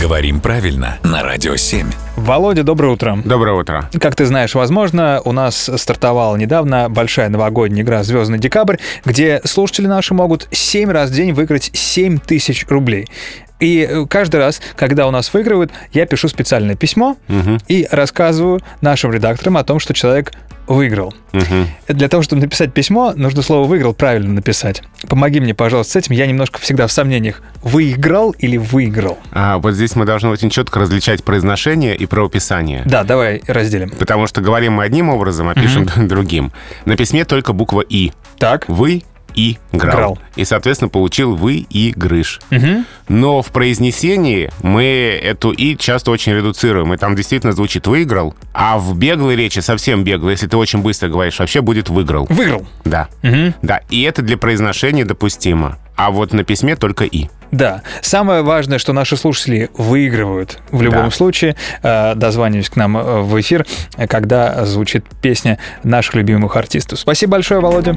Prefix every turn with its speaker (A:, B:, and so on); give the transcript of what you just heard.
A: Говорим правильно на Радио 7.
B: Володя, доброе утро.
C: Доброе утро.
B: Как ты знаешь, возможно, у нас стартовала недавно большая новогодняя игра «Звездный декабрь», где слушатели наши могут 7 раз в день выиграть 7 тысяч рублей. И э, каждый раз, когда у нас выигрывают, я пишу специальное письмо и рассказываю нашим редакторам о том, что человек выиграл. Для того, чтобы написать письмо, нужно слово «выиграл» правильно написать. Помоги мне, пожалуйста, с этим. Я немножко всегда в сомнениях. Выиграл или выиграл?
C: А, вот здесь мы должны очень четко различать произношение и правописание.
B: Да, давай разделим.
C: Потому что говорим мы одним образом, а пишем другим. На письме только буква «и».
B: Так.
C: Вы и грал.
B: Грал.
C: И, соответственно, получил вы и грыш.
B: Мгм.
C: Но в произнесении мы эту «и» часто очень редуцируем. И там действительно звучит «выиграл», а в беглой речи, совсем беглой, если ты очень быстро говоришь, вообще будет «выиграл».
B: Выиграл.
C: Да.
B: Мгм.
C: Да, и это для произношения допустимо. А вот на письме только «и».
B: Да. Самое важное, что наши слушатели выигрывают в любом
C: Да.
B: случае. Э, Дозваниваюсь к нам э, в эфир, э, когда звучит песня наших любимых артистов. Спасибо большое, Володя.